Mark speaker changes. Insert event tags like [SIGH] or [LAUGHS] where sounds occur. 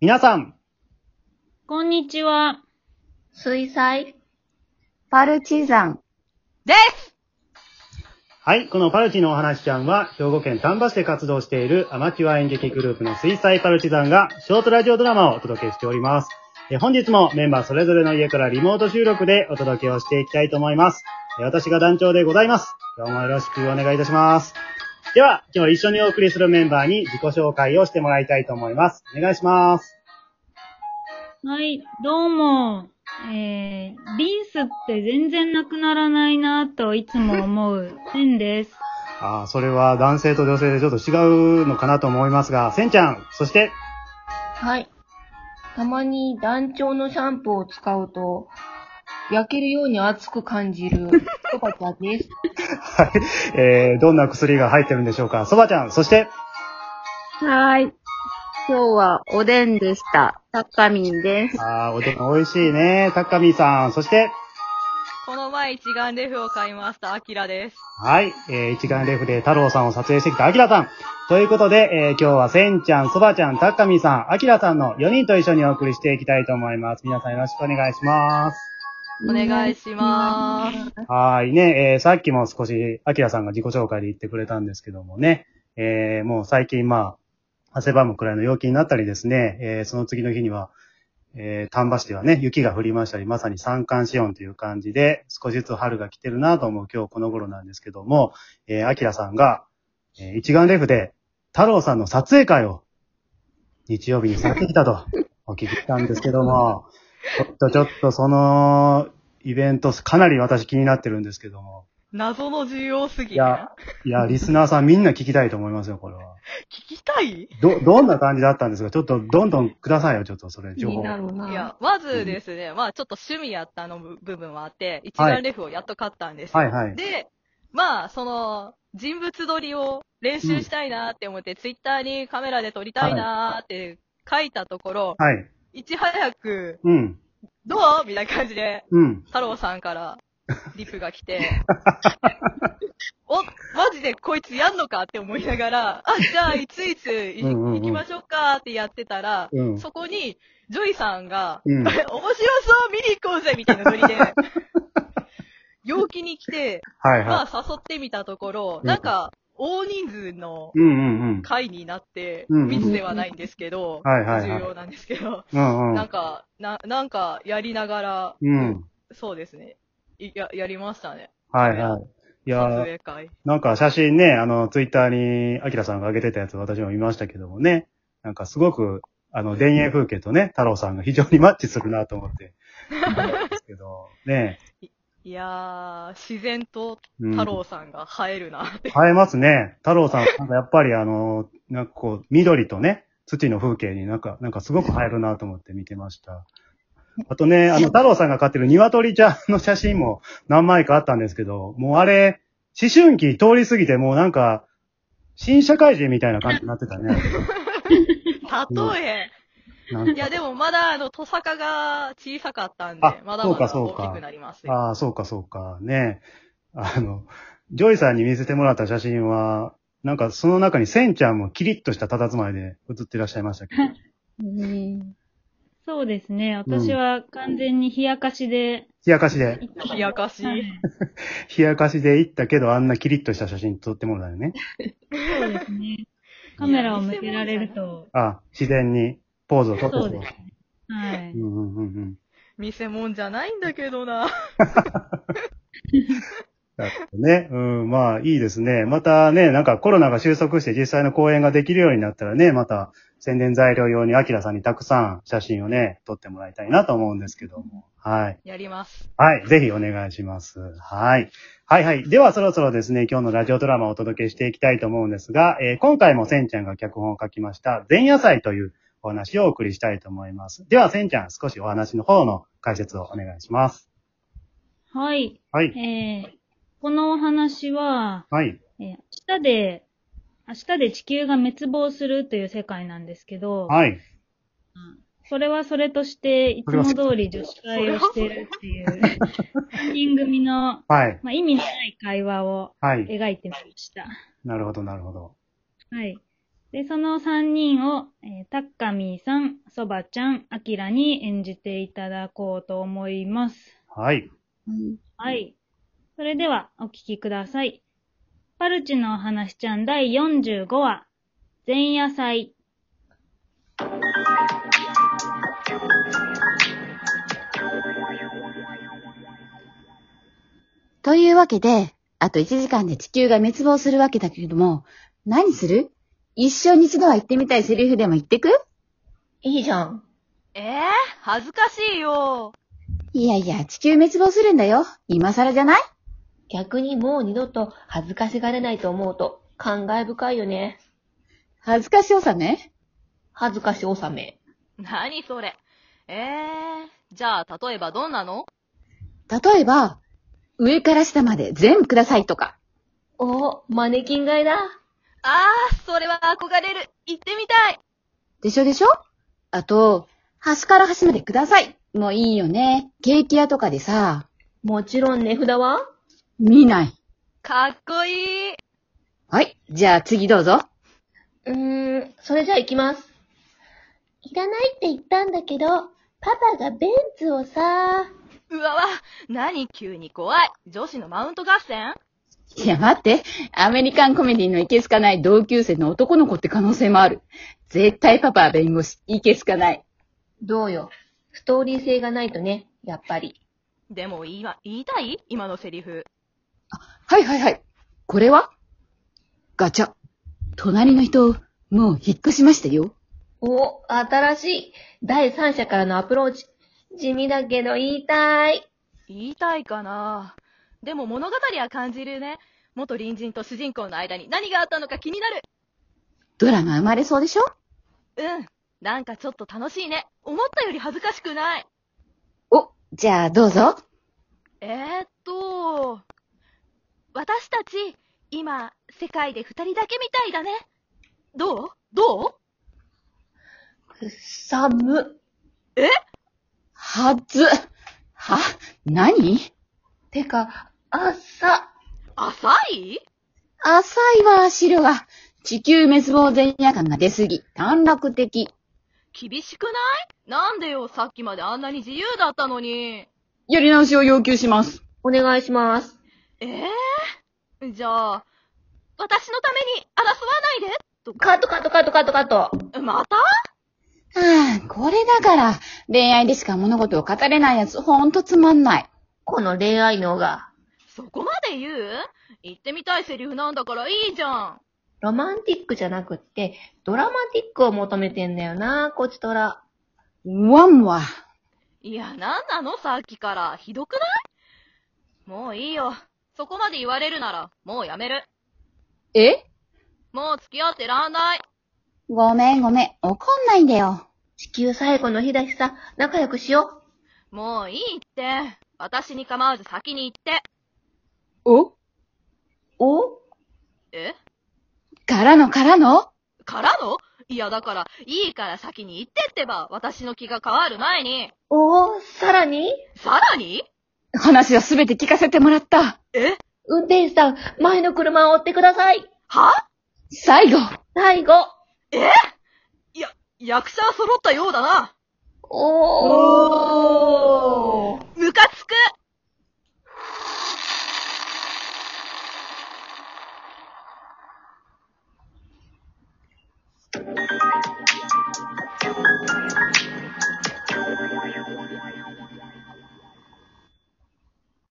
Speaker 1: 皆さん、
Speaker 2: こんにちは。
Speaker 3: 水彩、パルチザン、
Speaker 4: です
Speaker 1: はい、このパルチのお話ちゃんは、兵庫県丹波市で活動しているアマチュア演劇グループの水彩パルチザンが、ショートラジオドラマをお届けしております。えー本日もメンバーそれぞれの家からリモート収録でお届けをしていきたいと思います。えー私が団長でございます。今日もよろしくお願いいたします。では、今日一緒にお送りするメンバーに自己紹介をしてもらいたいと思います。お願いします。
Speaker 2: はい、どうも。えー、リンスって全然なくならないなぁといつも思う、セン
Speaker 3: [LAUGHS]
Speaker 2: です。
Speaker 1: ああ、それは男性と女性でちょっと違うのかなと思いますが、せんちゃん、そして、
Speaker 3: はい。たまに団長のシャンプーを使うと、焼けるように熱く感じる、とかちゃんです。
Speaker 1: えー、どんな薬が入ってるんでしょうかそばちゃん、そして、
Speaker 5: はい。今日はおでんでした。タッカミンです。
Speaker 1: あー、おでん美味しいね。たっかみーさん、そして、
Speaker 4: この前一眼レフを買いました、アキラです。
Speaker 1: はい、えー、一眼レフで太郎さんを撮影してきたあきらさん。ということで、えー、今日はせんちゃん、そばちゃん、たっかみーさん、あきらさんの4人と一緒にお送りしていきたいと思います。皆さんよろしくお願いします。
Speaker 4: お願いしまーす。
Speaker 1: はーいね、えーさっきも少し、アキラさんが自己紹介で言ってくれたんですけどもね、えーもう最近まあ、汗ばむくらいの陽気になったりですね、えーその次の日には、えー丹波市ではね、雪が降りましたり、まさに三寒四温という感じで、少しずつ春が来てるなと思う今日この頃なんですけども、えーアキラさんが、えー一眼レフで、太郎さんの撮影会を、日曜日にされてきたと、お聞きしたんですけども、 [LAUGHS] ちょっとちょっとその、イベント、かなり私気になってるんですけども。
Speaker 4: 謎の重要すぎ
Speaker 1: い。や、いや、リスナーさんみんな聞きたいと思いますよ、これは。
Speaker 4: 聞きたい
Speaker 1: ど、どんな感じだったんですかちょっと、どんどんくださいよ、ちょっと、それ、
Speaker 3: 気
Speaker 1: [LAUGHS] 情
Speaker 3: に
Speaker 1: 報。
Speaker 3: なる
Speaker 4: いや
Speaker 3: な。、
Speaker 4: まずですね、まあちょっと趣味やったの部部分はあって、一眼レフをやっと買ったんですよ。
Speaker 1: はいはい。
Speaker 4: で、まあその、人物撮りを練習したいなーって思って、ツイッターにカメラで撮りたいなーって書いたところ、
Speaker 1: はい。
Speaker 4: いち早く、
Speaker 1: うん。
Speaker 4: どうみたいな感じで、
Speaker 1: うん。
Speaker 4: 太郎さ
Speaker 1: [LAUGHS]
Speaker 4: んからリプが来て、お、マジでこいつやんのかって思いながら、あ、じゃあいついつい
Speaker 1: うんうんうん
Speaker 4: 行きましょうかってやってたら、
Speaker 1: うん
Speaker 4: そこに、ジョイさんが、 [LAUGHS]
Speaker 1: うん
Speaker 4: 面白そう見に行こうぜみたいなノ
Speaker 1: [LAUGHS]
Speaker 4: リで、陽気に来て、
Speaker 1: はい
Speaker 4: ま
Speaker 1: は
Speaker 4: あ誘ってみたところ、
Speaker 1: うん
Speaker 4: なんか、大人数の
Speaker 1: い。うんうんうん。
Speaker 4: 会になって、
Speaker 1: うんうん
Speaker 4: 密ではないんですけど、
Speaker 1: はいはいは
Speaker 4: 重
Speaker 1: い。
Speaker 4: 要なんですけど、
Speaker 1: うんう
Speaker 4: なん
Speaker 1: ん。
Speaker 4: か、な、なんかやりながら、
Speaker 1: うん。
Speaker 4: そうですね。いや、やりましたね。
Speaker 1: はいはい。いや
Speaker 4: 撮
Speaker 1: ー
Speaker 4: 影会。
Speaker 1: なんか写真ね、あの、ツイッターに、アキラさんが上げてたやつ私も見ましたけどもね、なんかすごく、あの、田園風景とね、太郎さんが非常にマッチするなと思って、見たんですけど、ね、
Speaker 4: いやー、自然と
Speaker 1: うん
Speaker 4: 太郎さんが映えるなって。
Speaker 1: 映えますね。太郎さん、なんかやっぱりあの、なんかこう、緑とね、土の風景になんか、なんかすごく映えるなと思って見てました。あとね、あの、太郎さんが飼ってる鶏ちゃんの写真も何枚かあったんですけど、もうあれ、思春期通り過ぎてもうなんか、新社会人みたいな感じになってたね。
Speaker 4: 例え。
Speaker 1: なん
Speaker 4: い
Speaker 1: か
Speaker 4: や、でもまだ、あの、トサカが小さかったんで
Speaker 1: あ、
Speaker 4: まだ
Speaker 1: そう
Speaker 4: ま
Speaker 1: か
Speaker 4: だ
Speaker 1: そう
Speaker 4: 大
Speaker 1: か
Speaker 4: きくなりますよ。
Speaker 1: ああ、そうかそうか。ねあの、ジョイさんに見せてもらった写真は、なんかその中にセンちゃんもキリッとした佇まいで写ってらっしゃいましたけど。
Speaker 2: そうですね。私は完全に冷やかしで、
Speaker 1: 冷やかしで。
Speaker 4: 冷やかし。
Speaker 2: はい
Speaker 1: 冷やかしで行ったけど、あんなキリッとした写真撮ってもらうよ
Speaker 2: [LAUGHS]
Speaker 1: ね。
Speaker 2: そうです
Speaker 3: [LAUGHS]
Speaker 2: ね。カメラを向けられると、
Speaker 1: あ、自然にポーズを撮って
Speaker 2: そうですね。はい。
Speaker 1: うんうんうんうん。
Speaker 4: 見せ物じゃないんだけどな。
Speaker 1: だってね。うん、まあいいですね。またね、なんかコロナが収束して実際の公演ができるようになったらね、また宣伝材料用にアキラさんにたくさん写真をね、撮ってもらいたいなと思うんですけども。はい。
Speaker 4: やります。
Speaker 1: はい。ぜひお願いします。はい。はいはい。ではそろそろですね、今日のラジオドラマをお届けしていきたいと思うんですが、えー今回もせんちゃんが脚本を書きました、前夜祭というお話をお送りしたいと思います。ではせんちゃん、少しお話の方の解説をお願いします。
Speaker 2: はい。
Speaker 1: はい。
Speaker 2: えー、このお話は、
Speaker 1: はい。
Speaker 2: えー明日で、明日で地球が滅亡するという世界なんですけど、
Speaker 1: はい。
Speaker 2: それはそれとして、いつも通り女子会をしているっていう、3人組の、
Speaker 1: はい。
Speaker 2: まあ、意味のない会話を
Speaker 1: はい。
Speaker 2: 描いてみました。
Speaker 1: なるほど、なるほど。
Speaker 2: はい。で、その3人を、えータッカミーさん、そばちゃん、アキラに演じていただこうと思います。
Speaker 1: はい。
Speaker 2: はい。それでは、お聞きください。パルチのお話ちゃん第45話、前夜祭。
Speaker 6: というわけで、あと1時間で地球が滅亡するわけだけれども、何する一生に一度は言ってみたいセリフでも言ってく
Speaker 3: いいじゃん。
Speaker 4: えー、恥ずかしいよ。
Speaker 6: いやいや、地球滅亡するんだよ。今更じゃない
Speaker 3: 逆にもう二度と恥ずかしがれないと思うと、感慨深いよね。
Speaker 6: 恥ずかしさね。
Speaker 3: 恥ずかし納め。
Speaker 4: 何それ。えー、じゃあ、例えばどんなの
Speaker 6: 例えば、上から下まで全部くださいとか。
Speaker 3: おマネキン買いだ。
Speaker 4: あー、それは憧れる。行ってみたい。
Speaker 6: でしょでしょあと、端から端までください。もういいよね。ケーキ屋とかでさ、
Speaker 3: もちろん値札は
Speaker 6: 見ない。
Speaker 4: かっこいい。
Speaker 6: はい。じゃあ次どうぞ。
Speaker 3: うーん、それじゃあ行きます。いらないって言ったんだけど、パパがベンツをさ、
Speaker 4: うわわ、何急に怖い。女子のマウント合戦
Speaker 6: いや、待って。アメリカンコメディのいけすかない同級生の男の子って可能性もある。絶対パパは弁護士、いけすかない。
Speaker 3: どうよ。ストーリー性がないとね、やっぱり。
Speaker 4: でも今、言いたい今のセリフ。
Speaker 6: はいはいはい。これはガチャ。隣の人、もう引っ越しましたよ。
Speaker 3: お、新しい。第三者からのアプローチ。地味だけど言いたい。
Speaker 4: 言いたいかな。でも物語は感じるね。元隣人と主人公の間に何があったのか気になる。
Speaker 6: ドラマ生まれそうでしょ
Speaker 4: うん。なんかちょっと楽しいね。思ったより恥ずかしくない。
Speaker 6: お、じゃあどうぞ。
Speaker 4: えー、っと、私たち、今、世界で二人だけみたいだね。どうどう
Speaker 3: くっさむ。
Speaker 6: はず。は何
Speaker 3: てか、朝。
Speaker 4: 浅い
Speaker 6: 浅いわ、白が。地球滅亡前夜感が出すぎ。短絡的。
Speaker 4: 厳しくないなんでよ、さっきまであんなに自由だったのに。
Speaker 6: やり直しを要求します。
Speaker 3: お願いします。
Speaker 4: ええじゃあ、私のために争わないでとか、
Speaker 3: カットカットカットカットカット。
Speaker 4: また
Speaker 6: ああ、これだから、恋愛でしか物事を語れないやつ、ほんとつまんない。
Speaker 3: この恋愛能が。
Speaker 4: そこまで言う言ってみたいセリフなんだからいいじゃん。
Speaker 3: ロマンティックじゃなくって、ドラマティックを求めてんだよな、こちとら。
Speaker 6: ワンは。
Speaker 4: いや、なんなのさっきから。ひどくないもういいよ。そこまで言われるなら、もうやめる。
Speaker 6: え
Speaker 4: もう付き合ってらんない。
Speaker 6: ごめんごめん、怒んないんだよ。
Speaker 3: 地球最後の日だしさ、仲良くしよ
Speaker 4: もういいって。私に構わず先に行って。
Speaker 6: お
Speaker 3: う。お
Speaker 4: え
Speaker 6: からのからの
Speaker 4: からのいや、だから、いいから先に行ってってば、私の気が変わる前に。
Speaker 3: おー、さらに
Speaker 4: さらに
Speaker 6: 話はすべて聞かせてもらった。
Speaker 4: え
Speaker 3: 運転手さん、前の車を追ってください。
Speaker 4: は
Speaker 6: 最後。
Speaker 3: 最後。
Speaker 4: 役者は揃ったようだな。
Speaker 3: おー。
Speaker 4: ムカつく
Speaker 6: あ